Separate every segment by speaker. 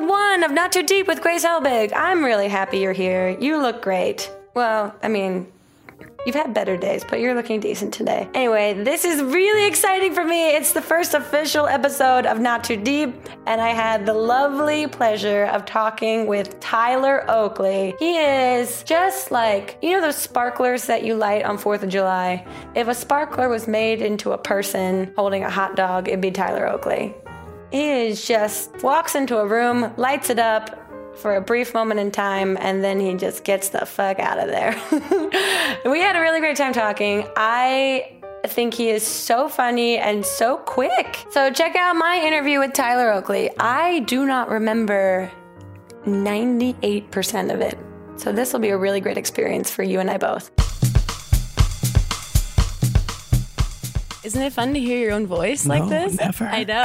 Speaker 1: Not Too Deep with Grace Helbig. I'm really happy you're here. You look great. Well, I mean, you've had better days, but you're looking decent today. Anyway, this is really exciting for me. It's the first official episode of Not Too Deep, and I had the lovely pleasure of talking with Tyler Oakley. He is just like, you know, those sparklers that you light on 4th of July? If a sparkler was made into a person holding a hot dog, it'd be Tyler Oakley. He is just walks into a room, lights it up for a brief moment in time, and then he just gets the fuck out of there. we had a really great time talking. I think he is so funny and so quick. So check out my interview with Tyler Oakley. I do not remember 98% of it. So this will be a really great experience for you and I both. Isn't it fun to hear your own voice like
Speaker 2: No,
Speaker 1: this?
Speaker 2: Oh, never.
Speaker 3: I know.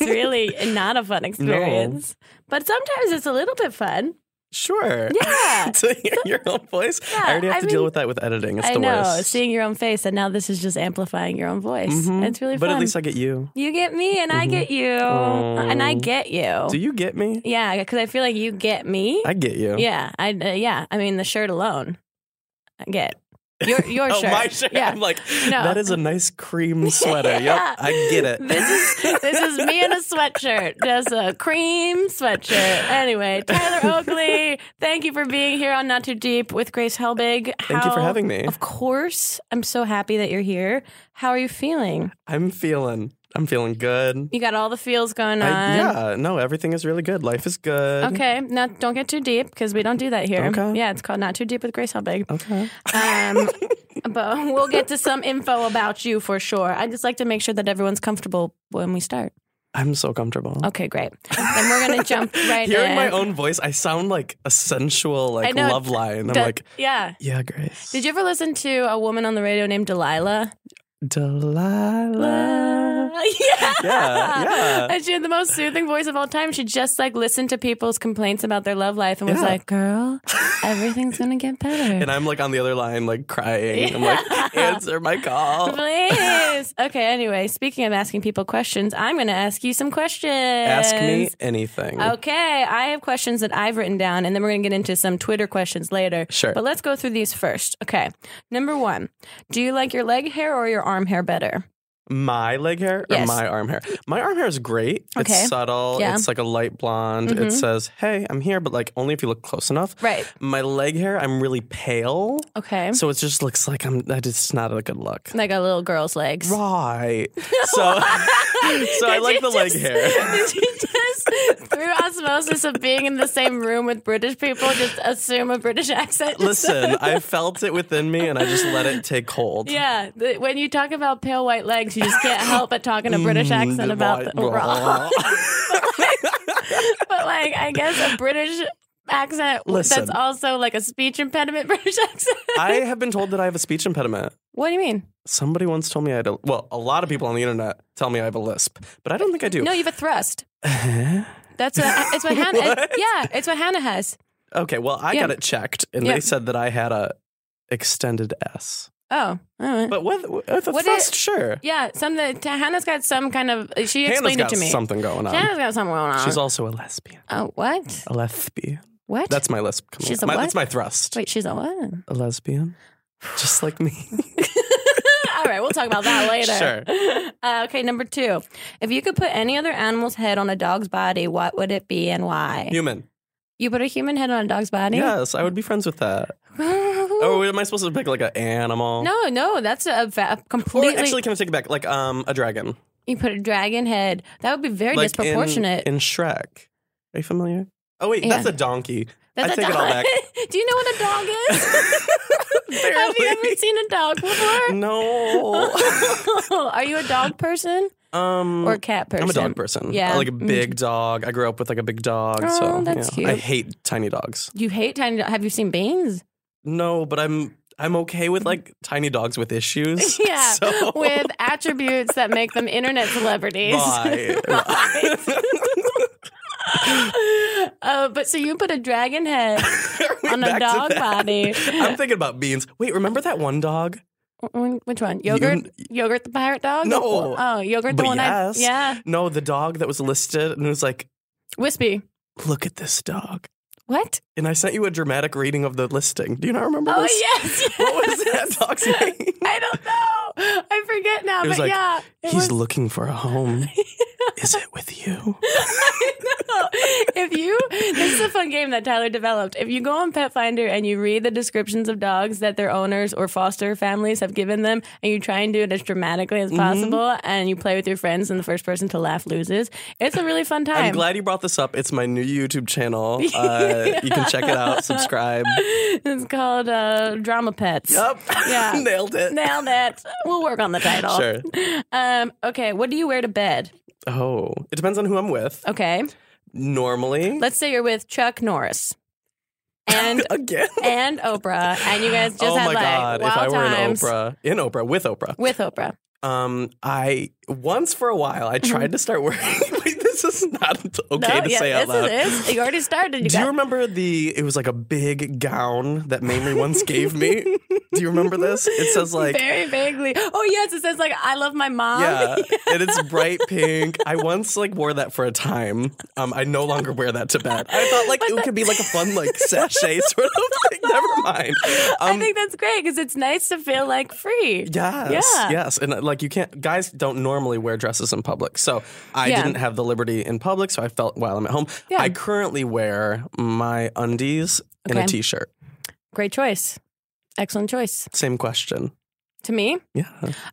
Speaker 3: really not a fun experience. But sometimes it's a little bit fun.
Speaker 2: Sure.
Speaker 3: Yeah.
Speaker 2: to hear your own voice. I already have
Speaker 3: I
Speaker 2: to deal
Speaker 3: mean-
Speaker 2: with that with editing. It's
Speaker 3: I
Speaker 2: the
Speaker 3: know.
Speaker 2: worst. Mm-hmm.
Speaker 3: Seeing your own face and now this is just amplifying your own voice. It's really
Speaker 2: but
Speaker 3: fun.
Speaker 2: at least I get you.
Speaker 3: you get me and I get you. And I get you.
Speaker 2: Do you get me?
Speaker 3: yeah, because I feel like you get me.
Speaker 2: I get you.
Speaker 3: yeah. I uh, yeah. I mean the shirt alone. I get. Your your
Speaker 2: Oh,
Speaker 3: shirt.
Speaker 2: my shirt.
Speaker 3: Yeah.
Speaker 2: I'm like,
Speaker 3: No.
Speaker 2: that is a nice cream sweater.
Speaker 3: Yeah.
Speaker 2: Yep, I get it.
Speaker 3: This is this is me in a sweatshirt, just a cream sweatshirt. Anyway, Tyler Oakley, thank you for being here on Not Too Deep with Grace Helbig.
Speaker 2: Thank you for
Speaker 3: How-
Speaker 2: having me.
Speaker 3: Of course, I'm so happy that you're here. How are you feeling?
Speaker 2: I'm feeling. I'm feeling good.
Speaker 3: You got all the feels going on.
Speaker 2: I, yeah. No, everything is really good. Life is good.
Speaker 3: Okay, now don't get too deep because we don't do that here.
Speaker 2: Okay.
Speaker 3: Yeah, it's called Not Too Deep with Grace Helbig.
Speaker 2: Okay.
Speaker 3: Um, but we'll get to some info about you for sure. I just like to make sure that everyone's comfortable when we start.
Speaker 2: I'm so comfortable.
Speaker 3: Okay, great. Then we're gonna jump right
Speaker 2: Hearing
Speaker 3: in.
Speaker 2: my own voice, I sound like a sensual,
Speaker 3: I
Speaker 2: like
Speaker 3: know.
Speaker 2: love line. I'm
Speaker 3: That-
Speaker 2: like,
Speaker 3: yeah.
Speaker 2: yeah, Grace.
Speaker 3: Did you ever listen to a woman on the radio named Delilah?
Speaker 2: Delilah.
Speaker 3: yeah.
Speaker 2: Uh, Yeah, yeah.
Speaker 3: And she had the most soothing voice of all time. She just like listened to people's complaints about their love life and was
Speaker 2: Yeah.
Speaker 3: like, "Girl, everything's gonna get better."
Speaker 2: And I'm like on the other line, like crying. I'm like, answer my call.
Speaker 3: Please. okay. Anyway, speaking of asking people questions, I'm going to ask you some questions.
Speaker 2: Ask me anything.
Speaker 3: Oh. Okay, I have questions that I've written down, and then we're going to get into some Twitter questions later.
Speaker 2: Sure.
Speaker 3: But let's go through these first. Okay. Number one, do you like your leg hair or your arm hair better?
Speaker 2: My leg hair or
Speaker 3: Yes.
Speaker 2: my arm hair? My arm hair is great.
Speaker 3: Okay.
Speaker 2: It's subtle.
Speaker 3: Yeah. Mm-hmm.
Speaker 2: It's like a light blonde. It says, hey, I'm here, but like only if you look close enough.
Speaker 3: Right.
Speaker 2: My leg hair, I'm really pale.
Speaker 3: Okay.
Speaker 2: So it just looks like I'm, that it's not a good look.
Speaker 3: like a little girl's legs.
Speaker 2: Right. So, so I
Speaker 3: Did
Speaker 2: like
Speaker 3: you
Speaker 2: the leg
Speaker 3: just-
Speaker 2: hair.
Speaker 3: Did you just, through osmosis of being in the same room with British people, just assume a British accent?
Speaker 2: Listen, I felt it within me and I just let it take hold.
Speaker 3: Yeah, th- when you talk about pale white legs, you just can't help but talk in a
Speaker 2: Mm,
Speaker 3: British accent about the raw. But like, I guess a British accent
Speaker 2: Listen.
Speaker 3: that's also like a speech impediment British accent.
Speaker 2: I have been told that I have a speech impediment.
Speaker 3: what do you mean?
Speaker 2: Somebody once told me I had a well, a lot of people on the internet tell me I have a lisp, but I don't think I do.
Speaker 3: No, you have a thrust. That's what, it's what Hannah.
Speaker 2: What?
Speaker 3: yeah, it's what Hannah has.
Speaker 2: okay, well, I
Speaker 3: Yeah.
Speaker 2: got it checked, and
Speaker 3: Yeah.
Speaker 2: they said that I had a extended S.
Speaker 3: Oh, all right.
Speaker 2: But with, with a
Speaker 3: What
Speaker 2: thrust,
Speaker 3: it-
Speaker 2: sure.
Speaker 3: yeah, some that Hannah's got some kind of. uh, She
Speaker 2: Hannah's
Speaker 3: explained
Speaker 2: got
Speaker 3: it to me.
Speaker 2: something going on.
Speaker 3: Hannah's got something going on.
Speaker 2: She's also a lesbian.
Speaker 3: oh, what?
Speaker 2: A lesbian.
Speaker 3: What?
Speaker 2: That's my lisp. Coming
Speaker 3: She's
Speaker 2: out.
Speaker 3: a
Speaker 2: my,
Speaker 3: what?
Speaker 2: That's my thrust.
Speaker 3: Wait, she's a what?
Speaker 2: A lesbian, just like me.
Speaker 3: All right, we'll talk about that later.
Speaker 2: Sure.
Speaker 3: Uh, okay, number two. If you could put any other animal's head on a dog's body, what would it be and why?
Speaker 2: Human.
Speaker 3: You put a human head on a dog's body?
Speaker 2: Yes, I would be friends with that. Oh, am I supposed to pick like an animal?
Speaker 3: No, no, that's a, va-
Speaker 2: Oh, Or
Speaker 3: completely.
Speaker 2: actually, can I take it back? Like um, a dragon.
Speaker 3: you put a dragon head. That would be very
Speaker 2: like in-
Speaker 3: disproportionate.
Speaker 2: In, Shrek. Are you familiar? Oh wait, that's
Speaker 3: Yeah.
Speaker 2: a donkey.
Speaker 3: that's
Speaker 2: I
Speaker 3: a
Speaker 2: take
Speaker 3: dog.
Speaker 2: it all back.
Speaker 3: Do you know what a dog is? Have you
Speaker 2: Barely.
Speaker 3: ever seen a dog before?
Speaker 2: No.
Speaker 3: Are you a dog person
Speaker 2: um
Speaker 3: or a cat person?
Speaker 2: I'm a dog person.
Speaker 3: Yeah.
Speaker 2: I like a
Speaker 3: Mm.
Speaker 2: big dog. I grew up with like a big dog.
Speaker 3: Oh,
Speaker 2: so
Speaker 3: that's
Speaker 2: yeah. I
Speaker 3: cute.
Speaker 2: hate tiny dogs.
Speaker 3: You hate tiny dogs. Have you seen Beans?
Speaker 2: No, but I'm I'm okay with like tiny dogs with issues.
Speaker 3: Yeah,
Speaker 2: So
Speaker 3: with attributes that make them internet celebrities.
Speaker 2: bye.
Speaker 3: Uh, but so you put a dragon head
Speaker 2: Are we
Speaker 3: on a
Speaker 2: back to
Speaker 3: dog
Speaker 2: that?
Speaker 3: body.
Speaker 2: I'm thinking about beans. Wait, remember that one dog?
Speaker 3: Wh- Which one? Yogurt? yogurt the pirate dog?
Speaker 2: No.
Speaker 3: Oh, yogurt the
Speaker 2: But
Speaker 3: one
Speaker 2: yes.
Speaker 3: I. Yeah.
Speaker 2: No, the dog that was listed and it was like
Speaker 3: Wispy.
Speaker 2: look at this dog.
Speaker 3: What?
Speaker 2: And I sent you a dramatic reading of the listing. Do you not remember
Speaker 3: Oh,
Speaker 2: this?
Speaker 3: yes.
Speaker 2: What was
Speaker 3: yes.
Speaker 2: that dog's name?
Speaker 3: I don't know. I forget now,
Speaker 2: It was
Speaker 3: but
Speaker 2: like,
Speaker 3: yeah. it
Speaker 2: He's
Speaker 3: was-
Speaker 2: looking for a home. Is it with you?
Speaker 3: No. if you this is a fun game that Tyler developed. If you go on Pet Finder and you read the descriptions of dogs that their owners or foster families have given them, and you try and do it as dramatically
Speaker 2: Mm-hmm.
Speaker 3: as possible, and you play with your friends, and the first person to laugh loses, it's a really fun time.
Speaker 2: I'm glad you brought this up. It's my new YouTube channel. Uh, you can check it out. Subscribe.
Speaker 3: It's called uh, Drama Pets.
Speaker 2: Up.
Speaker 3: Yeah.
Speaker 2: Nailed it.
Speaker 3: Nailed it. We'll work on the title.
Speaker 2: Sure.
Speaker 3: Um, okay. What do you wear to bed?
Speaker 2: Oh, it depends on who I'm with.
Speaker 3: Okay.
Speaker 2: Normally,
Speaker 3: Let's say you're with Chuck Norris. And
Speaker 2: again.
Speaker 3: and Oprah, and you guys just
Speaker 2: oh
Speaker 3: had
Speaker 2: my
Speaker 3: like
Speaker 2: god! If
Speaker 3: wild
Speaker 2: I were in
Speaker 3: times
Speaker 2: Oprah, in Oprah with Oprah,
Speaker 3: with Oprah.
Speaker 2: um, I once for a while I tried to start wearing. Wait, this is not okay
Speaker 3: Mm-hmm. no,
Speaker 2: to
Speaker 3: yeah,
Speaker 2: say out
Speaker 3: this
Speaker 2: loud.
Speaker 3: is it. You already started. You
Speaker 2: Do
Speaker 3: got,
Speaker 2: you remember the? It was like a big gown that Mamrie once gave me. Do you remember this? It says like
Speaker 3: very vaguely. Oh yes, it says like I love my mom.
Speaker 2: Yeah, and it's bright pink. I once like wore that for a time. Um, I no longer wear that to bed. I thought like it could be like a fun like sachet sort of thing. Never mind.
Speaker 3: I
Speaker 2: Um,
Speaker 3: think that's great because it's nice to feel like free.
Speaker 2: yes,
Speaker 3: Yeah.
Speaker 2: yes, and uh, like you can't. Guys don't normally wear dresses in public, so I
Speaker 3: Yeah.
Speaker 2: didn't have the liberty in public. So I felt while I'm at home.
Speaker 3: Yeah.
Speaker 2: I currently wear my undies and
Speaker 3: Okay.
Speaker 2: a t-shirt.
Speaker 3: Great choice. Excellent choice.
Speaker 2: Same question.
Speaker 3: To me,
Speaker 2: Yeah.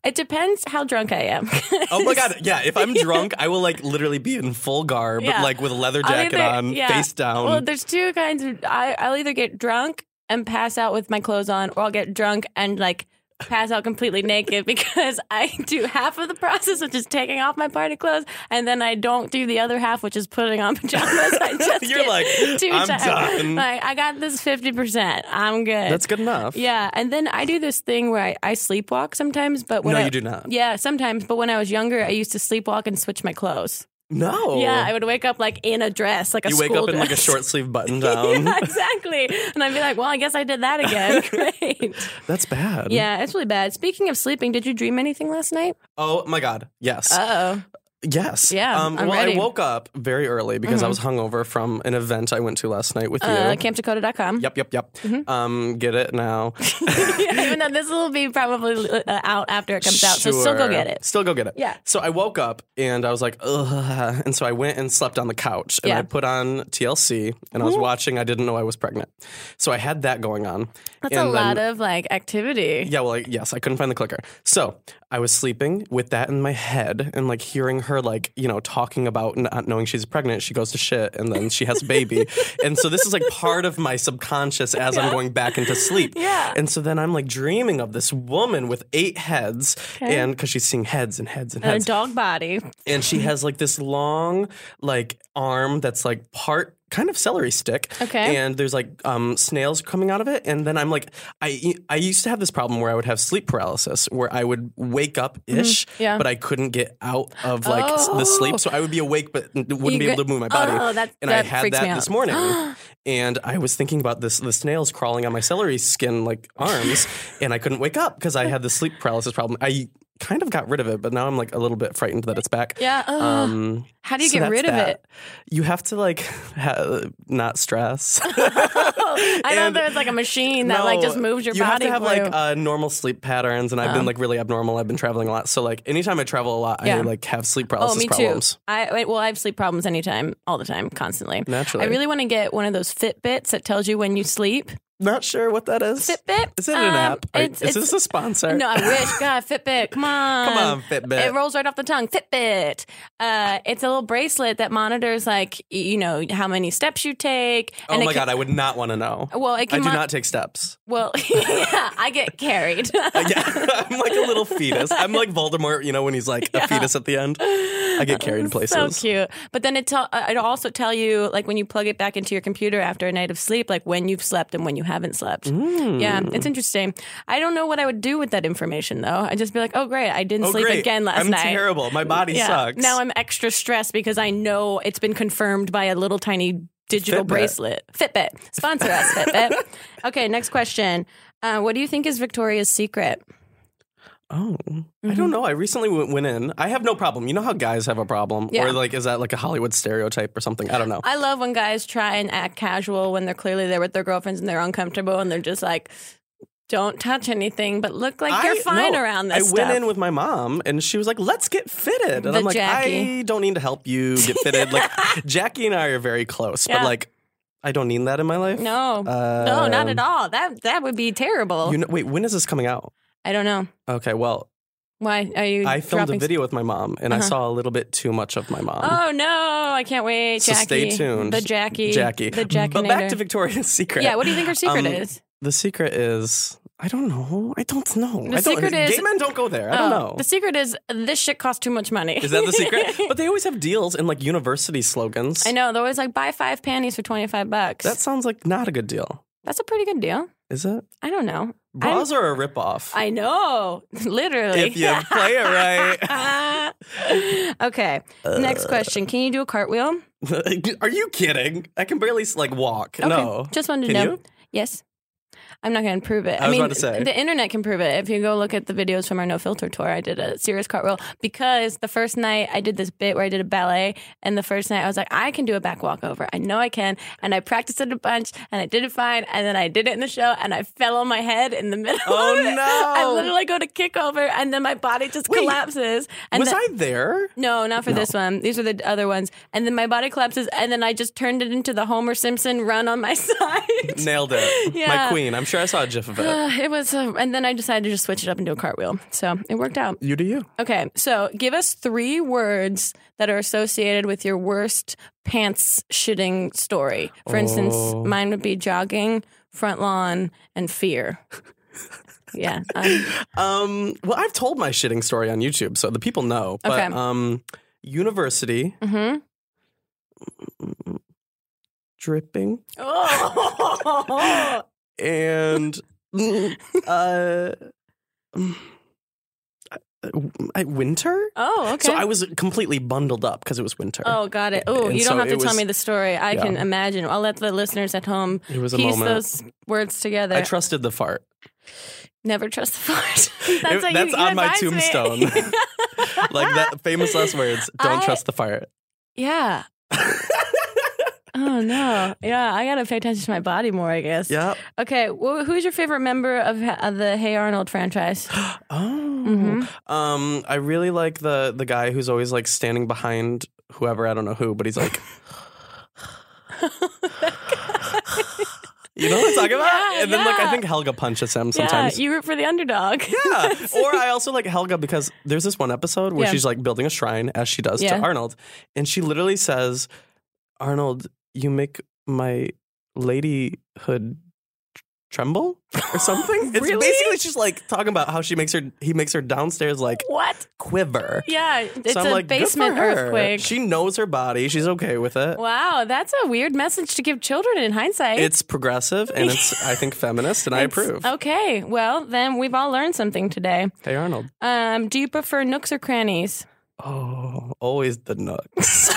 Speaker 3: it depends how drunk I am.
Speaker 2: Oh my god. Yeah. If I'm drunk, I will like literally be in full garb,
Speaker 3: Yeah.
Speaker 2: like with a leather
Speaker 3: I'll
Speaker 2: jacket
Speaker 3: either-
Speaker 2: on,
Speaker 3: yeah.
Speaker 2: face down.
Speaker 3: Well, there's two kinds of. I, I'll either get drunk and pass out with my clothes on, or I'll get drunk and like pass out completely naked because I do half of the process, which is taking off my party clothes, and then I don't do the other half, which is putting on pajamas. I just
Speaker 2: You're
Speaker 3: get
Speaker 2: like,
Speaker 3: too
Speaker 2: "I'm
Speaker 3: tired.
Speaker 2: done."
Speaker 3: Like I got this fifty percent. I'm good.
Speaker 2: That's good enough.
Speaker 3: Yeah, and then I do this thing where I, I sleepwalk sometimes, but when
Speaker 2: No,
Speaker 3: I,
Speaker 2: you do not.
Speaker 3: Yeah, sometimes, but when I was younger, I used to sleepwalk and switch my clothes.
Speaker 2: No.
Speaker 3: Yeah, I would wake up like in a dress, like a
Speaker 2: you wake
Speaker 3: school
Speaker 2: up in like a
Speaker 3: dress.
Speaker 2: short sleeve button down.
Speaker 3: Yeah, exactly. And I'd be like, well, I guess I did that again. Great.
Speaker 2: That's bad.
Speaker 3: Yeah, it's really bad. Speaking of sleeping, did you dream anything last night?
Speaker 2: Oh my god. Yes.
Speaker 3: Uh oh.
Speaker 2: yes.
Speaker 3: yeah,
Speaker 2: Um,
Speaker 3: I'm
Speaker 2: well,
Speaker 3: ready. Mm-hmm.
Speaker 2: I woke up very early because I was hungover from an event I went to last night with
Speaker 3: Uh, Mm-hmm.
Speaker 2: you.
Speaker 3: CampDakota.com.
Speaker 2: Yep. Yep. Yep. Um, get it now.
Speaker 3: Even though this will be probably uh, out after it comes out, so still go
Speaker 2: Sure.
Speaker 3: get it.
Speaker 2: Still go get it.
Speaker 3: Yeah.
Speaker 2: So I woke up and I was like, ugh. And so I went and slept on the couch and
Speaker 3: Yeah.
Speaker 2: I put on TLC and I was watching. I didn't know I was pregnant. So I had that going on.
Speaker 3: That's
Speaker 2: and
Speaker 3: a
Speaker 2: then-
Speaker 3: lot of like activity.
Speaker 2: Yeah, well, I, yes, I couldn't find the clicker. So I was sleeping with that in my head and like hearing her, like, you know, talking about not knowing she's pregnant. She goes to shit and then she has a baby. and so this is like part of my subconscious as I'm going back into sleep.
Speaker 3: Yeah.
Speaker 2: And so then I'm like dreaming of this woman with eight heads and because she's seeing heads and heads and
Speaker 3: And
Speaker 2: heads
Speaker 3: a dog body.
Speaker 2: and she has like this long like arm that's like part kind of celery stick
Speaker 3: Okay.
Speaker 2: and there's like um, snails coming out of it and then i'm like i i used to have this problem where i would have sleep paralysis where i would wake up ish
Speaker 3: Mm-hmm. Yeah. Oh.
Speaker 2: but i couldn't get out of like s- the sleep so i would be awake but n- wouldn't
Speaker 3: You
Speaker 2: be able
Speaker 3: get-
Speaker 2: to move my body
Speaker 3: Oh, that-
Speaker 2: and
Speaker 3: that
Speaker 2: i had
Speaker 3: freaks me
Speaker 2: that
Speaker 3: out.
Speaker 2: this morning and i was thinking about this the snails crawling on my celery skin like arms and i couldn't wake up because i had the sleep paralysis problem i kind of got rid of it but now i'm like a little bit frightened that it's back
Speaker 3: Yeah. ugh.
Speaker 2: um,
Speaker 3: How do you
Speaker 2: so
Speaker 3: get
Speaker 2: that's
Speaker 3: rid of
Speaker 2: that.
Speaker 3: it?
Speaker 2: You have to like ha- not stress.
Speaker 3: I thought
Speaker 2: and-
Speaker 3: there was like a machine that like
Speaker 2: No,
Speaker 3: just moves your
Speaker 2: you
Speaker 3: body.
Speaker 2: have to have
Speaker 3: for
Speaker 2: like
Speaker 3: you. Uh-huh.
Speaker 2: uh, normal sleep patterns, and I've been like really abnormal. I've been traveling a lot, so like anytime I travel a lot,
Speaker 3: Yeah.
Speaker 2: I like have sleep
Speaker 3: Oh,
Speaker 2: paralysis
Speaker 3: me
Speaker 2: problems.
Speaker 3: too. I wait, well, I have sleep problems anytime, all the time, constantly.
Speaker 2: Naturally.
Speaker 3: I really want to get one of those Fitbits that tells you when you sleep.
Speaker 2: Not sure what that is.
Speaker 3: Fitbit?
Speaker 2: Is it an
Speaker 3: Um,
Speaker 2: app? Are-
Speaker 3: it's-
Speaker 2: is
Speaker 3: it's-
Speaker 2: this a sponsor? Oh
Speaker 3: No, I wish. God, Fitbit, come on.
Speaker 2: Come on, Fitbit.
Speaker 3: It rolls right off the tongue. Fitbit. Uh, it's a little bracelet that monitors, like, y- you know, how many steps you take.
Speaker 2: oh
Speaker 3: it
Speaker 2: my
Speaker 3: can-
Speaker 2: god, I would not want to know.
Speaker 3: Well, it
Speaker 2: I
Speaker 3: can
Speaker 2: do
Speaker 3: mon-
Speaker 2: not take steps.
Speaker 3: Well, yeah, I get carried.
Speaker 2: Yeah, I'm like a little fetus. I'm like Voldemort, you know, when he's like a fetus at the end. I get carried places.
Speaker 3: So cute. But then it tell it also tell you like when you plug it back into your computer after a night of sleep, like when you've slept and when you haven't slept.
Speaker 2: Mm.
Speaker 3: Yeah, it's interesting. I don't know what I would do with that information though. I'd just be like, oh great, I didn't
Speaker 2: Oh,
Speaker 3: sleep
Speaker 2: great.
Speaker 3: again last
Speaker 2: I'm
Speaker 3: night.
Speaker 2: terrible. My body
Speaker 3: Yeah.
Speaker 2: sucks.
Speaker 3: Now I'm extra stressed because I know it's been confirmed by a little tiny digital
Speaker 2: Fitbit.
Speaker 3: bracelet. Fitbit. Sponsor us, Fitbit. Okay, next question. Uh, what do you think is Victoria's secret?
Speaker 2: Oh, I
Speaker 3: Mm-hmm.
Speaker 2: don't know. I recently w- went in. I have no problem. You know how guys have a problem,
Speaker 3: Yeah.
Speaker 2: or like, is that like a Hollywood stereotype or something? I don't know.
Speaker 3: I love when guys try and act casual when they're clearly there with their girlfriends and they're uncomfortable and they're just like, don't touch anything, but look like you're
Speaker 2: I-
Speaker 3: fine
Speaker 2: no,
Speaker 3: around
Speaker 2: I
Speaker 3: this
Speaker 2: went
Speaker 3: stuff.
Speaker 2: in with my mom, and she was like, "Let's get fitted," and
Speaker 3: The
Speaker 2: I'm like,
Speaker 3: Jackie.
Speaker 2: "I don't need to help you get fitted." Like, Jackie and I are very close,
Speaker 3: Yeah.
Speaker 2: but like, I don't need that in my life.
Speaker 3: no, no, not at
Speaker 2: Um,
Speaker 3: all. That that would be terrible.
Speaker 2: You know, wait, when is this coming out?
Speaker 3: I don't know.
Speaker 2: Okay, well,
Speaker 3: Why are you?
Speaker 2: I filmed a
Speaker 3: dropping-
Speaker 2: video with my mom, and I
Speaker 3: Uh-huh.
Speaker 2: saw a little bit too much of my mom.
Speaker 3: Oh no, I can't wait,
Speaker 2: So
Speaker 3: Jackie.
Speaker 2: stay tuned.
Speaker 3: The Jackie,
Speaker 2: Jackie,
Speaker 3: the Jackie.
Speaker 2: But back to Victoria's Secret.
Speaker 3: Yeah, what do you think her secret
Speaker 2: Um,
Speaker 3: is?
Speaker 2: The secret is I don't know. I don't know.
Speaker 3: The
Speaker 2: I don't,
Speaker 3: secret
Speaker 2: gay
Speaker 3: is-
Speaker 2: men don't go there. I don't
Speaker 3: Oh,
Speaker 2: know.
Speaker 3: The secret is this shit costs too much money.
Speaker 2: Is that the secret? but they always have deals and like university slogans.
Speaker 3: I know. They're always like buy five panties for twenty five bucks.
Speaker 2: That sounds like not a good deal.
Speaker 3: That's a pretty good deal.
Speaker 2: Is it?
Speaker 3: I don't know.
Speaker 2: Bras are a ripoff.
Speaker 3: I know, literally.
Speaker 2: if you play it right. Uh.
Speaker 3: okay. Next question. Can you do a cartwheel?
Speaker 2: are you kidding? I can barely like walk.
Speaker 3: Okay.
Speaker 2: No.
Speaker 3: Just wanted to
Speaker 2: Can
Speaker 3: know.
Speaker 2: you?
Speaker 3: Yes. I'm not going to prove it.
Speaker 2: I was
Speaker 3: mean,
Speaker 2: about to say.
Speaker 3: the internet can prove it. If you go look at the videos from our No Filter tour, I did a serious cartwheel because the first night I did this bit where I did a ballet, and the first night I was like, I can do a back walkover. I know I can. And I practiced it a bunch, and I did it fine. And then I did it in the show, and I fell on my head in the middle.
Speaker 2: Oh,
Speaker 3: of it.
Speaker 2: no.
Speaker 3: I literally go to kick over, and then my body just
Speaker 2: Wait.
Speaker 3: collapses. And
Speaker 2: Was
Speaker 3: the-
Speaker 2: I there?
Speaker 3: no, not for this one. These are the other ones. And then my body collapses, and then I just turned it into the Homer Simpson run on my side.
Speaker 2: Nailed it.
Speaker 3: Yeah.
Speaker 2: My queen. I'm sure I saw a gif of it.
Speaker 3: Uh, it was, uh, and then I decided to just switch it up and do a cartwheel. So it worked out.
Speaker 2: You do you.
Speaker 3: Okay, so give us three words that are associated with your worst pants shitting story. For instance,
Speaker 2: Oh.
Speaker 3: mine would be jogging, front lawn, and fear. yeah. um,
Speaker 2: Um, well, I've told my shitting story on YouTube, so the people know. But
Speaker 3: Okay.
Speaker 2: um, university
Speaker 3: mhm.
Speaker 2: dripping
Speaker 3: Oh.
Speaker 2: and mm, uh, mm, I, winter.
Speaker 3: oh, okay.
Speaker 2: So I was completely bundled up because it was winter.
Speaker 3: Oh, got it. Oh,
Speaker 2: And
Speaker 3: you don't
Speaker 2: so
Speaker 3: have to
Speaker 2: it
Speaker 3: tell
Speaker 2: was-
Speaker 3: me the story. I
Speaker 2: Yeah.
Speaker 3: can imagine. I'll let the listeners at home
Speaker 2: It was a
Speaker 3: piece
Speaker 2: moment.
Speaker 3: those words together.
Speaker 2: I trusted the fart.
Speaker 3: Never trust the fart. that's
Speaker 2: It-
Speaker 3: what you-
Speaker 2: that's
Speaker 3: you
Speaker 2: on my
Speaker 3: advised me.
Speaker 2: tombstone. Like that famous last words. Don't
Speaker 3: I-
Speaker 2: trust the fart.
Speaker 3: yeah. Oh no. Yeah, I gotta pay attention to my body more. I guess.
Speaker 2: yeah.
Speaker 3: Okay. Well, who's your favorite member of, of the Hey Arnold franchise? Mm-hmm.
Speaker 2: Oh. Um, I really like the the guy who's always like standing behind whoever I don't know who, but he's like. You know what I'm talking about?
Speaker 3: Yeah,
Speaker 2: and then, like,
Speaker 3: yeah.
Speaker 2: I think Helga punches him sometimes.
Speaker 3: Yeah, you root for the underdog.
Speaker 2: Yeah. Or I also like Helga because there's this one episode where
Speaker 3: Yeah.
Speaker 2: she's like building a shrine as she does
Speaker 3: Yeah.
Speaker 2: to Arnold. And she literally says, Arnold, you make my ladyhood tremble or something. It's
Speaker 3: Really?
Speaker 2: basically she's like talking about how she makes her he makes her downstairs like
Speaker 3: what?
Speaker 2: quiver.
Speaker 3: Yeah, it's
Speaker 2: so I'm
Speaker 3: a
Speaker 2: like good for
Speaker 3: basement
Speaker 2: her.
Speaker 3: earthquake.
Speaker 2: She knows her body. She's okay with it.
Speaker 3: wow, that's a weird message to give children in hindsight.
Speaker 2: It's progressive and it's I think feminist and I
Speaker 3: It's- oh.
Speaker 2: approve.
Speaker 3: Okay, well then we've all learned something today.
Speaker 2: Hey Arnold.
Speaker 3: Um, do you prefer nooks or crannies?
Speaker 2: Oh, always the nooks.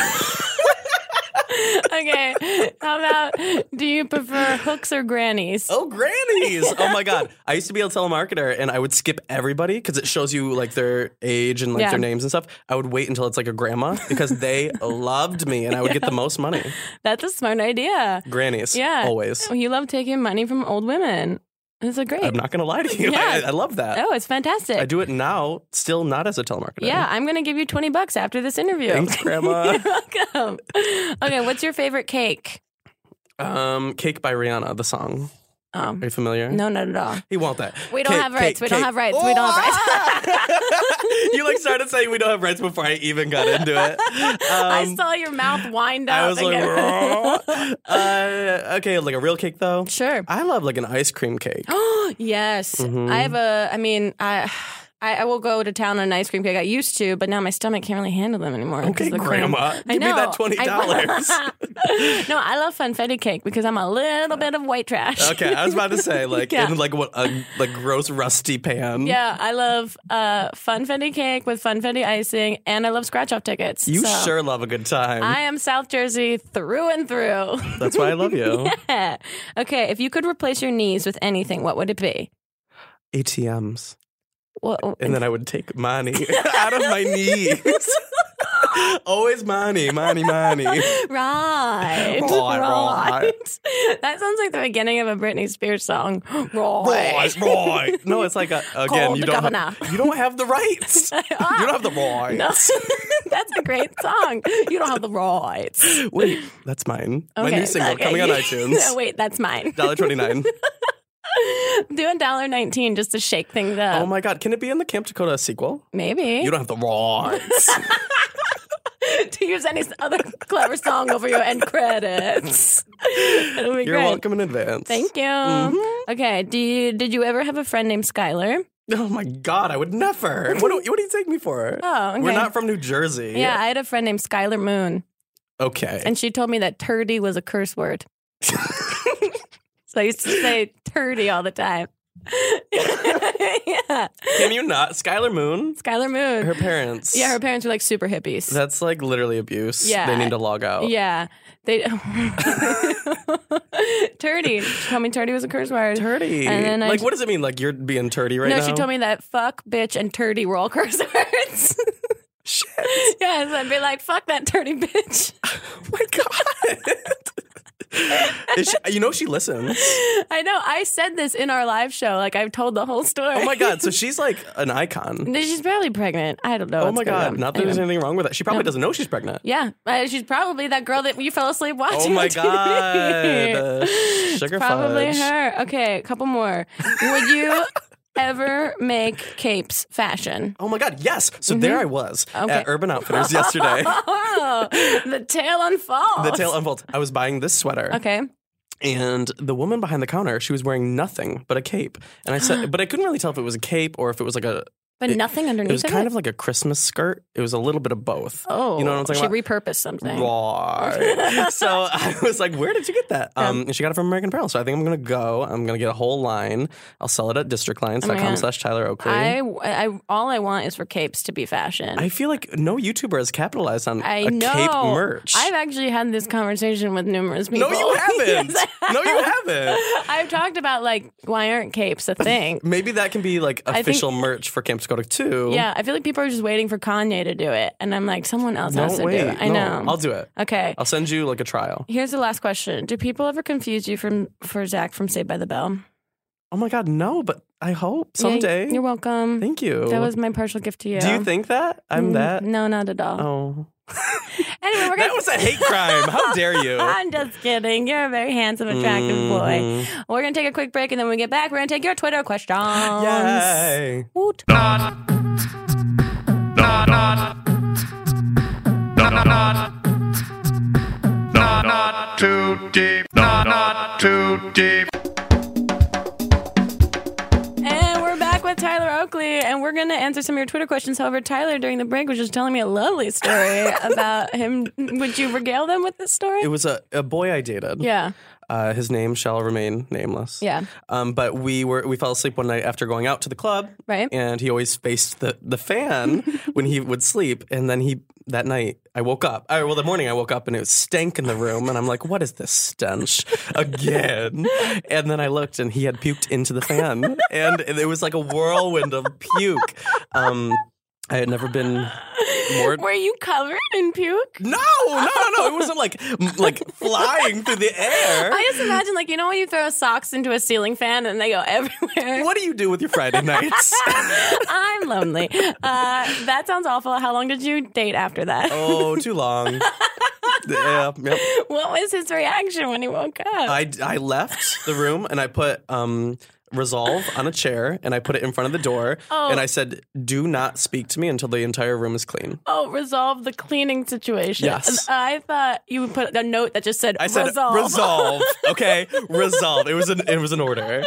Speaker 3: okay, how about do you prefer hooks or grannies?
Speaker 2: Oh, grannies! Oh my god, I used to be a telemarketer, and I would skip everybody because it shows you like their age and like
Speaker 3: Yeah.
Speaker 2: their names and stuff. I would wait until it's like a grandma because they loved me, and I would get the most money.
Speaker 3: That's a smart idea.
Speaker 2: Grannies,
Speaker 3: Yeah, Oh,
Speaker 2: always.
Speaker 3: You love taking money from old women. It's a great.
Speaker 2: I'm not gonna lie to you.
Speaker 3: Yeah.
Speaker 2: I, I love that.
Speaker 3: oh, it's fantastic.
Speaker 2: I do it now, still not as a telemarketer.
Speaker 3: Yeah, I'm gonna give you twenty bucks after this interview.
Speaker 2: Thanks, Grandma.
Speaker 3: You're welcome. Okay, what's your favorite cake?
Speaker 2: Um, Cake by Rihanna, the song.
Speaker 3: Um,
Speaker 2: Are you familiar?
Speaker 3: no, not at all.
Speaker 2: He won't that.
Speaker 3: We don't
Speaker 2: Cake,
Speaker 3: have
Speaker 2: cake,
Speaker 3: rights. We don't
Speaker 2: cake.
Speaker 3: have rights. We don't have rights.
Speaker 2: rights. you like started saying we don't have rights before I even got into it.
Speaker 3: I
Speaker 2: Um,
Speaker 3: saw your mouth wind up.
Speaker 2: I was like,
Speaker 3: again.
Speaker 2: "Raw." uh, okay, like a real cake though.
Speaker 3: sure.
Speaker 2: I love like an ice cream cake.
Speaker 3: yes, I
Speaker 2: Mm-hmm.
Speaker 3: have a. I mean, I. I, I will go to town on an ice cream cake. I used to, but now my stomach can't really handle them anymore. 'cause
Speaker 2: Okay,
Speaker 3: of the
Speaker 2: Grandma,
Speaker 3: cream.
Speaker 2: give me that $20.
Speaker 3: I- no, I love funfetti cake because I'm a little bit of white trash.
Speaker 2: Okay, I was about to say like
Speaker 3: Yeah.
Speaker 2: in like what a like gross rusty pan.
Speaker 3: Yeah, I love uh, funfetti cake with funfetti icing, and I love scratch off tickets.
Speaker 2: You
Speaker 3: so
Speaker 2: sure love a good time.
Speaker 3: I am South Jersey through and through.
Speaker 2: That's why I love you.
Speaker 3: Yeah. Okay, if you could replace your knees with anything, what would it be?
Speaker 2: ATMs.
Speaker 3: Well,
Speaker 2: and then I would take Monty out of my knees. Always Monty, Monty, Monty.
Speaker 3: right.
Speaker 2: Right, right.
Speaker 3: That sounds like the beginning of a Britney Spears song. Right.
Speaker 2: Right, right. No, it's like a, again,
Speaker 3: Call
Speaker 2: you
Speaker 3: the
Speaker 2: don't
Speaker 3: governor. Ah.
Speaker 2: have, you don't have the rights. you don't have the rights.
Speaker 3: No. That's a great song. You don't have the rights.
Speaker 2: Wait, that's mine. My new single
Speaker 3: okay.
Speaker 2: coming on
Speaker 3: no,
Speaker 2: iTunes.
Speaker 3: wait, that's mine.
Speaker 2: Dollar twenty nine.
Speaker 3: Do a dollar nineteen just to shake things up.
Speaker 2: Oh my god, can it be in the Camp Dakota sequel?
Speaker 3: Maybe.
Speaker 2: You don't have the rights.
Speaker 3: to use any other clever song over your end credits. It'll be
Speaker 2: You're
Speaker 3: great.
Speaker 2: welcome Mm-hmm. in advance.
Speaker 3: Thank you. Okay. Do you did you ever have a friend named Skylar?
Speaker 2: Oh my god, I would never. What do, what do you take me for?
Speaker 3: Oh, okay.
Speaker 2: We're not from New Jersey.
Speaker 3: Yeah, I had a friend named Skylar Moon,
Speaker 2: Okay.
Speaker 3: and she told me that turdy was a curse word. so I used to say turdy all the time. yeah.
Speaker 2: Can you not? Skylar Moon?
Speaker 3: Skylar Moon.
Speaker 2: Her parents.
Speaker 3: yeah, her parents were like super hippies.
Speaker 2: That's like literally abuse.
Speaker 3: Yeah.
Speaker 2: They need to log out.
Speaker 3: yeah. They Turdy. She told me turdy was a curse word.
Speaker 2: Turdy.
Speaker 3: And then I
Speaker 2: like,
Speaker 3: j-
Speaker 2: what does it mean? Like, you're being turdy right
Speaker 3: no,
Speaker 2: now?
Speaker 3: she told me that fuck, bitch, and turdy were all curse words.
Speaker 2: Shit. Oh
Speaker 3: yes, I'd be like, fuck that turdy bitch.
Speaker 2: my God. Is she- you know, she listens.
Speaker 3: I know. I said this in our live show. Like I've told the whole story.
Speaker 2: Oh my God. So she's like an icon.
Speaker 3: She's probably pregnant. I don't know.
Speaker 2: Oh
Speaker 3: what's
Speaker 2: my
Speaker 3: going
Speaker 2: God.
Speaker 3: on.
Speaker 2: Not that
Speaker 3: Anyway.
Speaker 2: there's anything wrong with that. She probably doesn't know she's pregnant.
Speaker 3: Yeah, Uh, she's probably that girl that you fell asleep
Speaker 2: Oh
Speaker 3: watching.
Speaker 2: my
Speaker 3: on
Speaker 2: God.
Speaker 3: TV.
Speaker 2: Uh, Sugar
Speaker 3: probably
Speaker 2: fudge.
Speaker 3: her. Okay, a couple more. Would you ever make capes fashion?
Speaker 2: Oh my God. Yes. So there I was
Speaker 3: Mm-hmm. Okay.
Speaker 2: at Urban Outfitters yesterday.
Speaker 3: Oh, the tail unfolds.
Speaker 2: the tail unfolds. I was buying this sweater.
Speaker 3: Okay.
Speaker 2: And the woman behind the counter, she was wearing nothing but a cape. And I said, but I couldn't really tell if it was a cape or if it was like a,
Speaker 3: But nothing underneath
Speaker 2: it was
Speaker 3: of
Speaker 2: kind of like a Christmas skirt. It was a little bit of both.
Speaker 3: Oh,
Speaker 2: you know what I'm talking
Speaker 3: she
Speaker 2: about?
Speaker 3: repurposed something.
Speaker 2: Right. so I was like, "Where did you get that?" Um, and she got it from American Apparel. So I think I'm gonna go. I'm gonna get a whole line. I'll sell it at districtlines.com
Speaker 3: God.
Speaker 2: slash Tyler Oakley.
Speaker 3: I, I, all I want is for capes to be fashion.
Speaker 2: I feel like no YouTuber has capitalized on
Speaker 3: I
Speaker 2: a
Speaker 3: know.
Speaker 2: cape merch.
Speaker 3: I've actually had this conversation with numerous people.
Speaker 2: no, you haven't.
Speaker 3: Yes,
Speaker 2: no, you haven't.
Speaker 3: I've talked about like why aren't capes a thing?
Speaker 2: Maybe that can be like
Speaker 3: think-
Speaker 2: official merch for Camp Dakota too.
Speaker 3: yeah, I feel like people are just waiting for Kanye to do it, and I'm like, someone else
Speaker 2: No,
Speaker 3: has to
Speaker 2: wait.
Speaker 3: do it. I
Speaker 2: no,
Speaker 3: know.
Speaker 2: I'll do it.
Speaker 3: okay,
Speaker 2: I'll send you like a trial.
Speaker 3: here's the last question: Do people ever confuse you from for Zach from Saved by the Bell?
Speaker 2: Oh my God, no! But I hope
Speaker 3: Yeah,
Speaker 2: someday.
Speaker 3: you're welcome.
Speaker 2: Thank you.
Speaker 3: That was Mm, my partial gift to you.
Speaker 2: Do you think that I'm that?
Speaker 3: No, not at all.
Speaker 2: Oh.
Speaker 3: Anyway, we're
Speaker 2: That
Speaker 3: gonna.
Speaker 2: was a hate crime. How dare you?
Speaker 3: I'm just kidding. You're a very handsome, attractive boy.
Speaker 2: Mm-hmm.
Speaker 3: We're gonna take a quick break, and then when we get back, we're gonna take your Twitter questions.
Speaker 2: Yay.
Speaker 3: Woot.
Speaker 4: not, not, not, not too deep, not, not too deep.
Speaker 3: And we're back with Tyler Oakley, and we're going to answer some of your Twitter questions. However, Tyler, during the break, was just telling me a lovely story about him. Would you regale them with this story?
Speaker 2: It was a, a boy I dated.
Speaker 3: yeah.
Speaker 2: Uh, his name shall remain nameless.
Speaker 3: Yeah.
Speaker 2: Um, but we were we fell asleep one night after going out to the club.
Speaker 3: Right.
Speaker 2: And he always faced the, the fan when he would sleep. And then he that night I woke up. Or, well, the morning I woke up and it was stank in the room. And I'm like, what is this stench again? and then I looked and he had puked into the fan. and it was like a whirlwind of puke. Um, I had never been more
Speaker 3: Were you covered in puke?
Speaker 2: No, no, no, no. It wasn't like m- like flying through the air.
Speaker 3: I just imagine, like, you know, when you throw socks into a ceiling fan and they go everywhere.
Speaker 2: What do you do with your Friday nights?
Speaker 3: I'm lonely. Uh, that sounds awful. How long did you date after that?
Speaker 2: oh, too long. Yeah, yep.
Speaker 3: What was his reaction when he woke up?
Speaker 2: I, I left the room and I put um, Resolve on a chair and I put it in front of the door
Speaker 3: Oh.
Speaker 2: and I said, "Do not speak to me until the entire room is clean."
Speaker 3: oh, resolve the cleaning situation.
Speaker 2: Yes.
Speaker 3: I thought you would put a note that just said,
Speaker 2: I said,
Speaker 3: resolve.
Speaker 2: "Resolve, okay, resolve." It was an it was an order.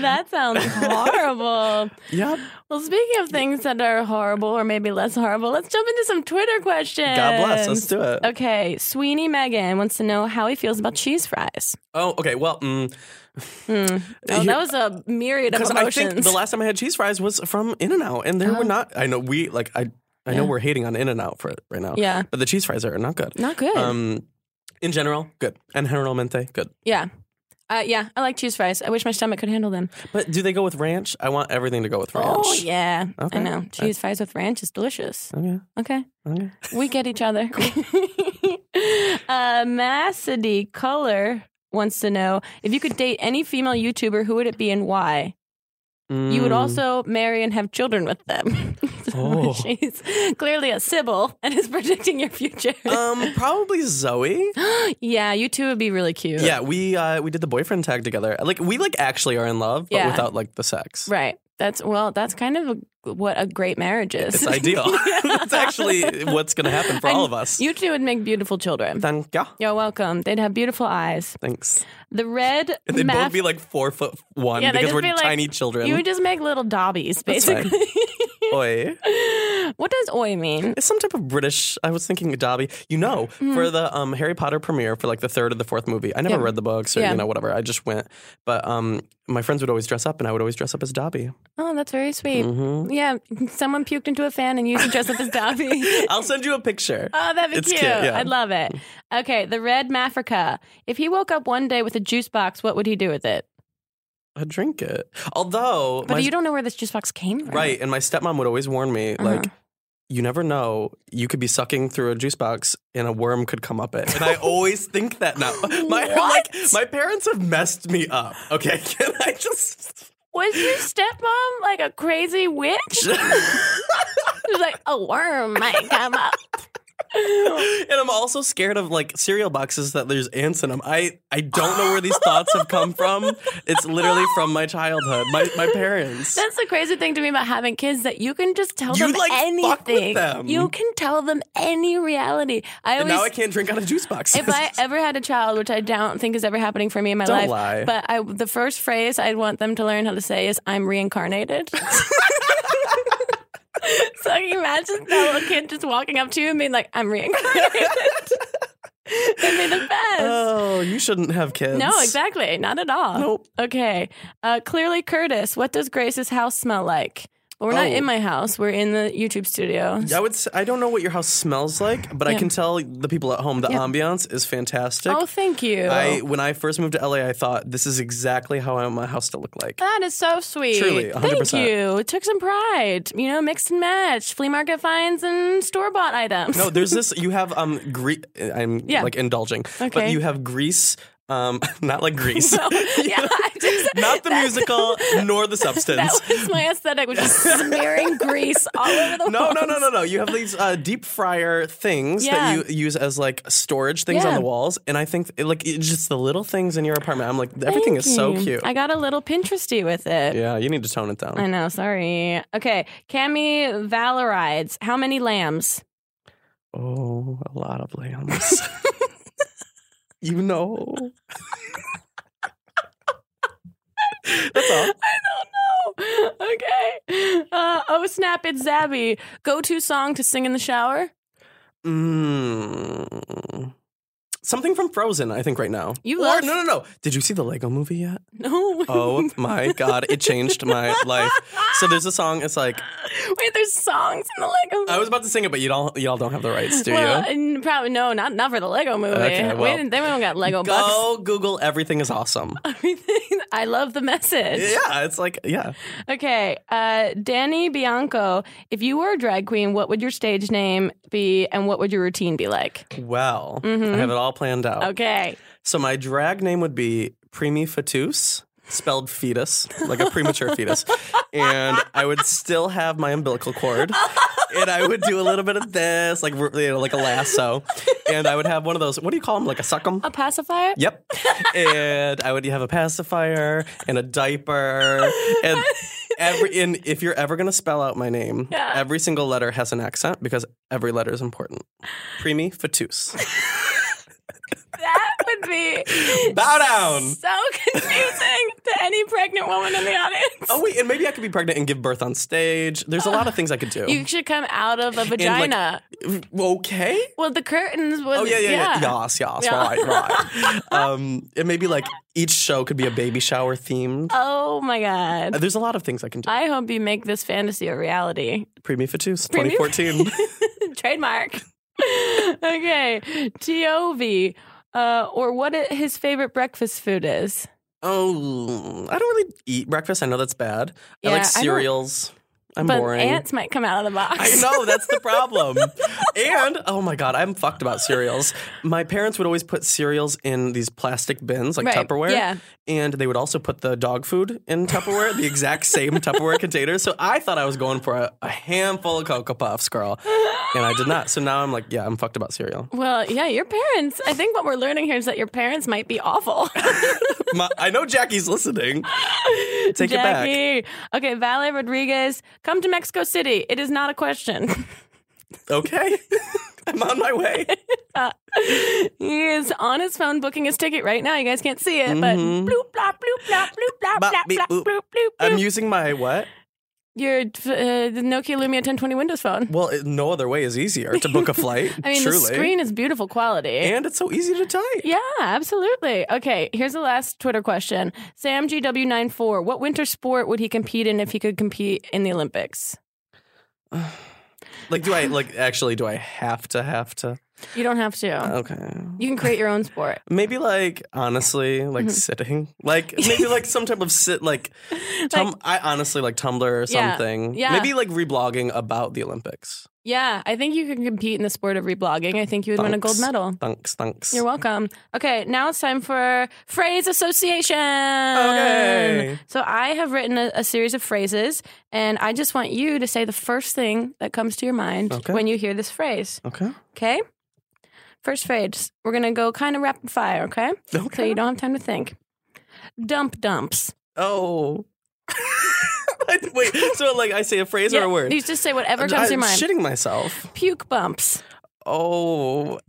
Speaker 3: That sounds horrible.
Speaker 2: Yep.
Speaker 3: Well, speaking of things that are horrible or maybe less horrible, let's jump into some Twitter questions.
Speaker 2: God bless. Let's do it.
Speaker 3: Okay, Sweeney Megan wants to know how he feels about cheese fries.
Speaker 2: Oh, okay. Well, mm,
Speaker 3: Oh, that was a myriad of
Speaker 2: Because I think
Speaker 3: emotions.
Speaker 2: the last time I had cheese fries was from In and Out, and there
Speaker 3: Oh.
Speaker 2: were not. I know we like I. I know we're hating on In and Out for it right now.
Speaker 3: Yeah.
Speaker 2: but the cheese fries are not good.
Speaker 3: Not good.
Speaker 2: Um, in general, good. And generalmente, good.
Speaker 3: yeah. Uh, yeah, I like cheese fries. I wish my stomach could handle them.
Speaker 2: But do they go with ranch? I want everything to go with ranch.
Speaker 3: Oh yeah,
Speaker 2: Okay.
Speaker 3: I know cheese fries with ranch is delicious.
Speaker 2: Okay.
Speaker 3: Okay,
Speaker 2: okay.
Speaker 3: we get each other. uh, Massady Color wants to know if you could date any female YouTuber, who would it be and why? You would
Speaker 2: Mm.
Speaker 3: also marry and have children with them. So
Speaker 2: Oh.
Speaker 3: She's clearly a Sybil and is predicting your future.
Speaker 2: um probably Zoe.
Speaker 3: yeah, you two would be really cute.
Speaker 2: Yeah, we uh we did the boyfriend tag together. Like we like actually are in love, but
Speaker 3: Yeah.
Speaker 2: without like the sex.
Speaker 3: Right. That's well. That's kind of a, what a great marriage is.
Speaker 2: It's ideal. That's actually what's gonna happen for all of us.
Speaker 3: You two would make beautiful children.
Speaker 2: Thank ya.
Speaker 3: You're welcome. They'd have beautiful eyes.
Speaker 2: Thanks.
Speaker 3: The red.
Speaker 2: And they'd
Speaker 3: math-
Speaker 2: both be like four foot one
Speaker 3: Yeah, they'd
Speaker 2: because
Speaker 3: just
Speaker 2: we're
Speaker 3: be like-
Speaker 2: tiny children.
Speaker 3: You would just make little dobbies,
Speaker 2: That's fine.
Speaker 3: basically.
Speaker 2: Oi.
Speaker 3: what does oi mean?
Speaker 2: It's some type of British. I was thinking Dobby. You know, for the um, Harry Potter premiere for like the third or the fourth movie, I never
Speaker 3: Mm-hmm. Yeah.
Speaker 2: read the books or
Speaker 3: Yeah.
Speaker 2: you know whatever. I just went. But um, my friends would always dress up, and I would always dress up as Mm-hmm. Dobby.
Speaker 3: Oh, that's very sweet.
Speaker 2: Mm.
Speaker 3: Yeah, someone puked into a fan and you should dress up as Dobby.
Speaker 2: I'll send you a picture.
Speaker 3: Oh, that'd be
Speaker 2: It's
Speaker 3: cute.
Speaker 2: cute, yeah.
Speaker 3: I'd love it. Okay, the red Mafrica. If he woke up one day with a juice box, what would he do with it?
Speaker 2: I drink it. Although,
Speaker 3: But
Speaker 2: my-
Speaker 3: you don't know where this juice box came from.
Speaker 2: right, and my stepmom would always warn me
Speaker 3: Uh-huh.
Speaker 2: like. You never know. You could be sucking through a juice box, and a worm could come up it. And I always think that now. My
Speaker 3: What?
Speaker 2: like my parents have messed me up. Okay, can I just?
Speaker 3: Was your stepmom like a crazy witch? She was like, a worm might come up.
Speaker 2: and I'm also scared of like cereal boxes that there's ants in them. I, I don't know where these thoughts have come from. It's literally from my childhood, my, my parents.
Speaker 3: That's the crazy thing to me about having kids that you can just tell
Speaker 2: You,
Speaker 3: them
Speaker 2: like,
Speaker 3: anything.
Speaker 2: fuck with them.
Speaker 3: You can tell them any reality. I
Speaker 2: and
Speaker 3: always
Speaker 2: now I can't drink out of juice boxes.
Speaker 3: if I ever had a child, which I don't think is ever happening for me in my
Speaker 2: Don't
Speaker 3: life,
Speaker 2: lie.
Speaker 3: but I, the first phrase I'd want them to learn how to say is "I'm reincarnated." so can you imagine that little kid just walking up to you and being like, "I'm reincarnated." That'd be the best.
Speaker 2: oh, you shouldn't have kids.
Speaker 3: no, exactly. Not at all.
Speaker 2: Nope.
Speaker 3: Okay. Uh, clearly, Curtis, what does Grace's house smell like? Well, we're not
Speaker 2: Oh.
Speaker 3: in my house. We're in the YouTube studio.
Speaker 2: I would. Say, I don't know what your house smells like, but
Speaker 3: Yeah.
Speaker 2: I can tell the people at home the ambiance is fantastic.
Speaker 3: Oh, thank you.
Speaker 2: I when I first moved to LA, I thought this is exactly how I want my house to look like.
Speaker 3: That is so sweet.
Speaker 2: Truly,
Speaker 3: Thank
Speaker 2: 100%.
Speaker 3: you. It took some pride. You know, mixed and match, flea market finds, and store bought items.
Speaker 2: No, there's this. You have um, Gre- I'm
Speaker 3: Yeah.
Speaker 2: like indulging,
Speaker 3: Okay.
Speaker 2: but you have Grease. Um, not like Grease.
Speaker 3: yeah, I just,
Speaker 2: not the
Speaker 3: that-
Speaker 2: musical nor the
Speaker 3: That
Speaker 2: substance.
Speaker 3: was my aesthetic, which is smearing grease all over the
Speaker 2: No,
Speaker 3: walls.
Speaker 2: no, no, no, no. You have these uh, deep fryer things
Speaker 3: Yeah.
Speaker 2: that you use as like storage things
Speaker 3: Yeah.
Speaker 2: on the walls, and I think it, like it's just the little things in your apartment. I'm like, everything
Speaker 3: Thank
Speaker 2: is so
Speaker 3: you.
Speaker 2: cute.
Speaker 3: I got a little Pinteresty with it.
Speaker 2: yeah, you need to tone it down.
Speaker 3: I know. Sorry. Okay, Cami Valorides. How many lambs?
Speaker 2: Oh, a lot of lambs. you know. That's all.
Speaker 3: I don't know. Okay. Uh, oh snap! It's Zabby. Go-to song to sing in the shower.
Speaker 2: Mm. Something from Frozen, I think, right now.
Speaker 3: You
Speaker 2: or,
Speaker 3: love-
Speaker 2: No, no, no. Did you see the Lego movie yet?
Speaker 3: No.
Speaker 2: Oh my God. It changed my life. So there's a song. It's like,
Speaker 3: Wait, there's songs in the Lego. Movie.
Speaker 2: I was about to sing it, but you don't, y'all don't have the rights, do
Speaker 3: well,
Speaker 2: you?
Speaker 3: and probably no, not not for the Lego movie.
Speaker 2: Okay,
Speaker 3: We
Speaker 2: well,
Speaker 3: didn't- they don't got Lego
Speaker 2: Go Google Everything is Awesome.
Speaker 3: bucks. Everything. I love the message.
Speaker 2: yeah, it's like, yeah.
Speaker 3: Okay, uh, Danny Bianco, if you were a drag queen, what would your stage name be, and what would your routine be like?
Speaker 2: Well,
Speaker 3: Mm-hmm.
Speaker 2: I have it all planned out.
Speaker 3: Okay,
Speaker 2: So my drag name would be Premi Fetus, spelled fetus, like a premature fetus. And I would still have my umbilical cord. And I would do a little bit of this, like you know, like a lasso. And I would have one of those, what do you call them? Like a suckum?
Speaker 3: a pacifier.
Speaker 2: Yep. And I would have a pacifier and a diaper. And every and if you're ever gonna spell out my name,
Speaker 3: Yeah.
Speaker 2: every single letter has an accent because every letter is important. Premi Fetus.
Speaker 3: That would be
Speaker 2: Bow down.
Speaker 3: so confusing to any pregnant woman in the audience.
Speaker 2: Oh wait, and maybe I could be pregnant and give birth on stage. There's a lot of things I could do.
Speaker 3: You should come out of a
Speaker 2: And, like,
Speaker 3: vagina.
Speaker 2: okay.
Speaker 3: well, the curtains was
Speaker 2: Oh yeah, yeah, yeah. Yas, yas,
Speaker 3: Yeah.
Speaker 2: right, right. um, and maybe like each show could be a baby shower themed.
Speaker 3: Oh my god.
Speaker 2: Uh, There's a lot of things I can do.
Speaker 3: I hope you make this fantasy a reality.
Speaker 2: Premi Fetus,
Speaker 3: Premi-
Speaker 2: 2014.
Speaker 3: Trademark. okay. TOV. Uh, or what it, his favorite breakfast food is.
Speaker 2: Oh, I don't really eat breakfast. I know that's bad. I
Speaker 3: Yeah, I
Speaker 2: like
Speaker 3: don't-
Speaker 2: cereals. I'm
Speaker 3: but
Speaker 2: boring.
Speaker 3: ants might come out of the box.
Speaker 2: I know that's the problem. and oh my god, I'm fucked about cereals. My parents would always put cereals in these plastic bins, like
Speaker 3: Right,
Speaker 2: Tupperware.
Speaker 3: yeah.
Speaker 2: And they would also put the dog food in Tupperware, the exact same Tupperware container. So I thought I was going for a, a handful of Cocoa Puffs, girl, and I did not. So now I'm like, yeah, I'm fucked about cereal.
Speaker 3: Well, yeah, your parents. I think what we're learning here is that your parents might be awful.
Speaker 2: My, I know Jackie's listening. Take it back.
Speaker 3: Jackie. Okay, Vale Rodriguez, come to Mexico City. It is not a question.
Speaker 2: Okay, I'm on my way.
Speaker 3: he is on his phone booking his ticket right now. You guys can't see it, but bloop, blop, bloop, blop, bloop, blop,
Speaker 2: Bop,
Speaker 3: blop,
Speaker 2: Mm-hmm. beep,
Speaker 3: blop, bloop,
Speaker 2: boop.
Speaker 3: bloop,
Speaker 2: I'm
Speaker 3: bloop.
Speaker 2: using my what?
Speaker 3: Your uh, the Nokia Lumia 1020 Windows phone.
Speaker 2: Well, it- no other way is easier to book a flight.
Speaker 3: I mean,
Speaker 2: truly.
Speaker 3: the screen is beautiful quality.
Speaker 2: and it's so easy to type.
Speaker 3: yeah, absolutely. Okay, here's the last Twitter question. Sam GW94, what winter sport would he compete in if he could compete in the Olympics?
Speaker 2: Like, do I like actually? Do I have to have to?
Speaker 3: You don't have to.
Speaker 2: Okay,
Speaker 3: You can create your own sport.
Speaker 2: maybe like honestly,
Speaker 3: Mm-hmm.
Speaker 2: like sitting, like maybe like some type of sit, like, tum- I honestly like Tumblr or
Speaker 3: Yeah,
Speaker 2: something.
Speaker 3: yeah.
Speaker 2: maybe like reblogging about the Olympics.
Speaker 3: Yeah, I think you can compete in the sport of reblogging. I think you would win a gold
Speaker 2: Thanks.
Speaker 3: medal.
Speaker 2: Thanks, thanks.
Speaker 3: You're welcome. Okay, now it's time for phrase association.
Speaker 2: Okay.
Speaker 3: So I have written a, a series of phrases, and I just want you to say the first thing that comes to your mind
Speaker 2: Okay.
Speaker 3: when you hear this phrase.
Speaker 2: okay.
Speaker 3: Okay? First phrase. We're going to go kind of rapid fire, okay?
Speaker 2: Okay.
Speaker 3: So you don't have time to think. Dump dumps.
Speaker 2: Oh. Wait. So like, I say a phrase or
Speaker 3: Yeah,
Speaker 2: a word.
Speaker 3: You just say whatever comes to your
Speaker 2: I'm
Speaker 3: mind.
Speaker 2: shitting myself.
Speaker 3: Puke bumps.
Speaker 2: Oh, uh,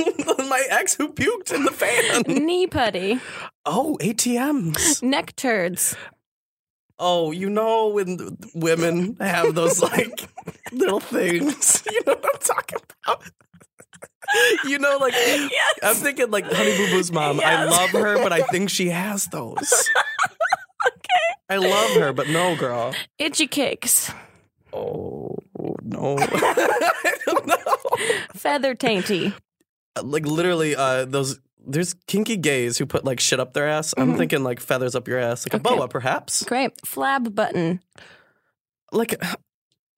Speaker 2: my ex who puked in the fan.
Speaker 3: Knee putty.
Speaker 2: Oh, ATMs.
Speaker 3: Neck turds.
Speaker 2: Oh, you know when women have those like little things. You know what I'm talking about. You know, like I'm thinking like Honey Boo Boo's mom. I
Speaker 3: Yes.
Speaker 2: love her, but I think she has those. okay. I love her, but no, girl.
Speaker 3: Itchy cakes.
Speaker 2: Oh no. I don't know.
Speaker 3: Feather tainty.
Speaker 2: Like literally, uh, those there's kinky gays who put like shit up their ass. I'm thinking like feathers up your ass, like a
Speaker 3: Okay.
Speaker 2: boa, perhaps.
Speaker 3: Great. Flab button.
Speaker 2: like uh,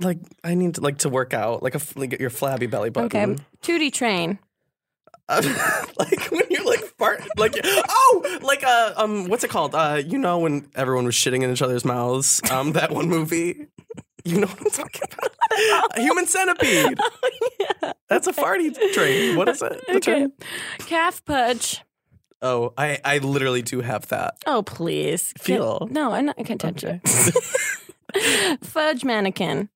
Speaker 2: like I need to like to work out like a f- like your flabby belly button.
Speaker 3: Okay. Tootie train.
Speaker 2: Uh, like when you're like fart like oh like uh um what's it called uh you know when everyone was shitting in each other's mouths um that one movie you know what I'm talking about A human centipede that's a farty train what is it The
Speaker 3: Okay.
Speaker 2: train?
Speaker 3: Calf pudge.
Speaker 2: oh I I literally do have that
Speaker 3: Oh, please. Get-
Speaker 2: Feel.
Speaker 3: No, I'm not, I can't touch
Speaker 2: Okay.
Speaker 3: it. Fudge mannequin.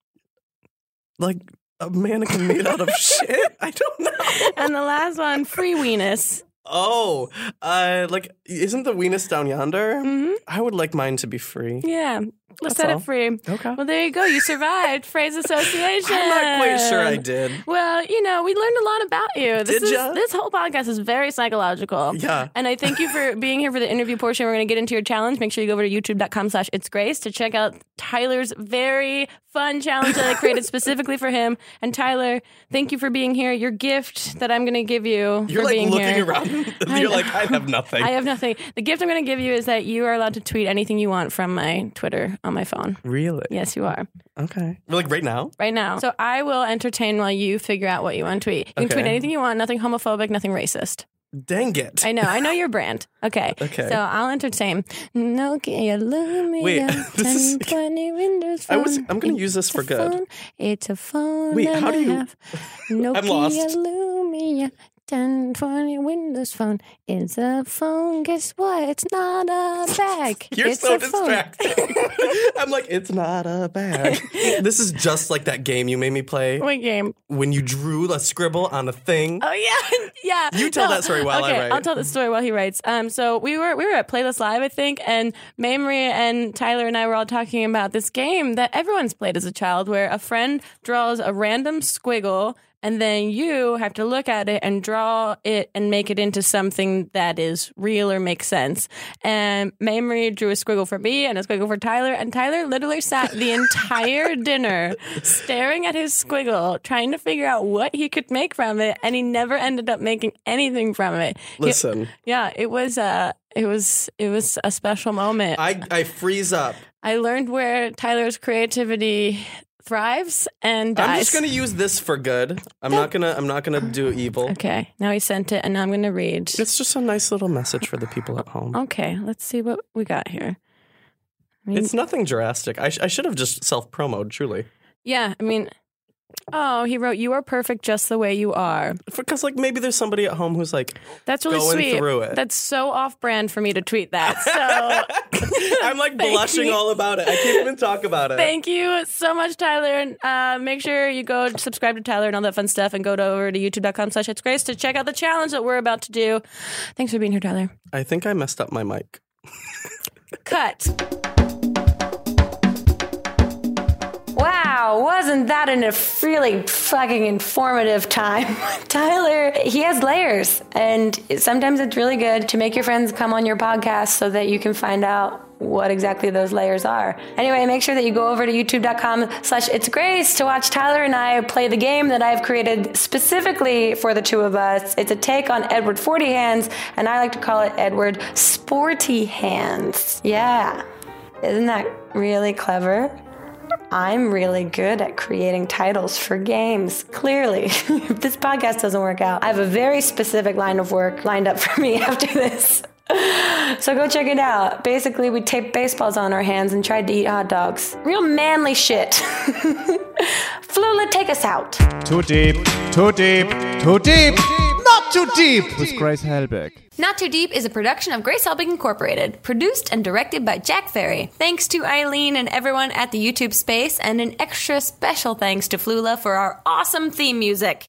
Speaker 2: like a mannequin made out of shit I don't know
Speaker 3: And the last one, free weenus.
Speaker 2: oh uh like isn't the weenus down yonder
Speaker 3: hmm
Speaker 2: I would like mine to be free.
Speaker 3: Yeah.
Speaker 2: That's
Speaker 3: Let's set
Speaker 2: all.
Speaker 3: it free.
Speaker 2: Okay.
Speaker 3: Well, there you go. You survived phrase association.
Speaker 2: I'm not quite sure I did.
Speaker 3: Well, you know, we learned a lot about you. This
Speaker 2: Did
Speaker 3: is,
Speaker 2: ya?
Speaker 3: This whole podcast is very psychological.
Speaker 2: Yeah.
Speaker 3: And I thank you for being here for the interview portion. We're going to get into your challenge. Make sure you go over to youtube.com slash it's grace to check out Tyler's very fun challenge that I created specifically for him. And Tyler, thank you for being here. Your gift that I'm going to give you
Speaker 2: You're
Speaker 3: for
Speaker 2: like
Speaker 3: being
Speaker 2: looking
Speaker 3: here.
Speaker 2: around.
Speaker 3: I
Speaker 2: You're
Speaker 3: know.
Speaker 2: like, I have nothing.
Speaker 3: I have nothing. The gift I'm going to give you is that you are allowed to tweet anything you want from my Twitter on my phone.
Speaker 2: really?
Speaker 3: Yes, you are.
Speaker 2: Okay. Like right now?
Speaker 3: Right now. So I will entertain while you figure out what you want to tweet. You can
Speaker 2: Okay.
Speaker 3: tweet anything you want, nothing homophobic, nothing racist.
Speaker 2: Dang it.
Speaker 3: I know. I know your brand. Okay.
Speaker 2: Okay.
Speaker 3: So I'll entertain. Nokia Lumia.
Speaker 2: Wait, this is-
Speaker 3: 1020 Windows
Speaker 2: I was-
Speaker 3: phone.
Speaker 2: I'm gonna use this
Speaker 3: It's
Speaker 2: for
Speaker 3: a
Speaker 2: good.
Speaker 3: phone. It's a phone.
Speaker 2: Wait,
Speaker 3: that
Speaker 2: how do
Speaker 3: I
Speaker 2: you-
Speaker 3: have. Nokia
Speaker 2: lost.
Speaker 3: Lumia. 1020 Windows phone. It's a phone. Guess what? It's not a bag.
Speaker 2: You're
Speaker 3: it's
Speaker 2: so
Speaker 3: a phone.
Speaker 2: distracting. I'm like, it's not a bag. this is just like that game you made me play
Speaker 3: What game?
Speaker 2: when you drew a scribble on a thing.
Speaker 3: Oh yeah, yeah.
Speaker 2: You tell that story while I
Speaker 3: okay,
Speaker 2: write.
Speaker 3: I'll tell the story while he writes. Um, so we were we were at Playlist Live, I think, and Mamrie and Tyler and I were all talking about this game that everyone's played as a child, where a friend draws a random squiggle. And then you have to look at it and draw it and make it into something that is real or makes sense. And Mamrie drew a squiggle for me and a squiggle for Tyler. And Tyler literally sat the entire dinner staring at his squiggle, trying to figure out what he could make from it. And he never ended up making anything from it. He-
Speaker 2: Listen,
Speaker 3: yeah, it was uh it was it was a special moment. I,
Speaker 5: I, I freeze up.
Speaker 3: learned where Tyler's creativity thrives and dies.
Speaker 2: I'm just gonna use this for good. I'm not gonna. I'm not gonna do evil.
Speaker 3: Okay, now he sent it, and now I'm gonna read.
Speaker 2: It's just a nice little message for the people at home.
Speaker 3: Okay, let's see what we got here. I mean,
Speaker 2: It's nothing drastic. I, sh- I should have just self promoed. Truly,
Speaker 3: yeah, I mean, oh, he wrote, "You are perfect just the way you are."
Speaker 2: because like maybe there's somebody at home who's like,
Speaker 3: That's really
Speaker 2: Going
Speaker 3: sweet.
Speaker 2: through it.
Speaker 3: That's so off-brand for me to tweet that. So
Speaker 2: I'm like
Speaker 3: Thank
Speaker 2: blushing
Speaker 3: you.
Speaker 2: all about it. I can't even talk about it.
Speaker 3: Thank you so much, Tyler. And uh, make sure you go subscribe to Tyler and all that fun stuff and go to over to youtube.com slash it's grace to check out the challenge that we're about to do. Thanks for being here, Tyler.
Speaker 2: I think I messed up my mic.
Speaker 3: Cut.
Speaker 1: Wow, wasn't that an, a really fucking informative time? Tyler, he has layers, and sometimes it's really good to make your friends come on your podcast so that you can find out what exactly those layers are. Anyway, make sure that you go over to youtube.com slash it's grace to watch Tyler and I play the game that I've created specifically for the two of us. It's a take on Edward Forty Hands, and I like to call it Edward Sporty Hands. Yeah. Isn't that really clever? I'm really good at creating titles for games. Clearly, if this podcast doesn't work out, I have a very specific line of work lined up for me after this. So go check it out. Basically, we taped baseballs on our hands and tried to eat hot dogs. Real manly shit. Flula, take us out.
Speaker 6: Too deep, too deep, too deep, not too deep with Grace Helbig.
Speaker 1: Not Too Deep is a production of Grace Helbig Incorporated, produced and directed by Jack Ferry. Thanks to Eileen and everyone at the YouTube space, and an extra special thanks to Flula for our awesome theme music.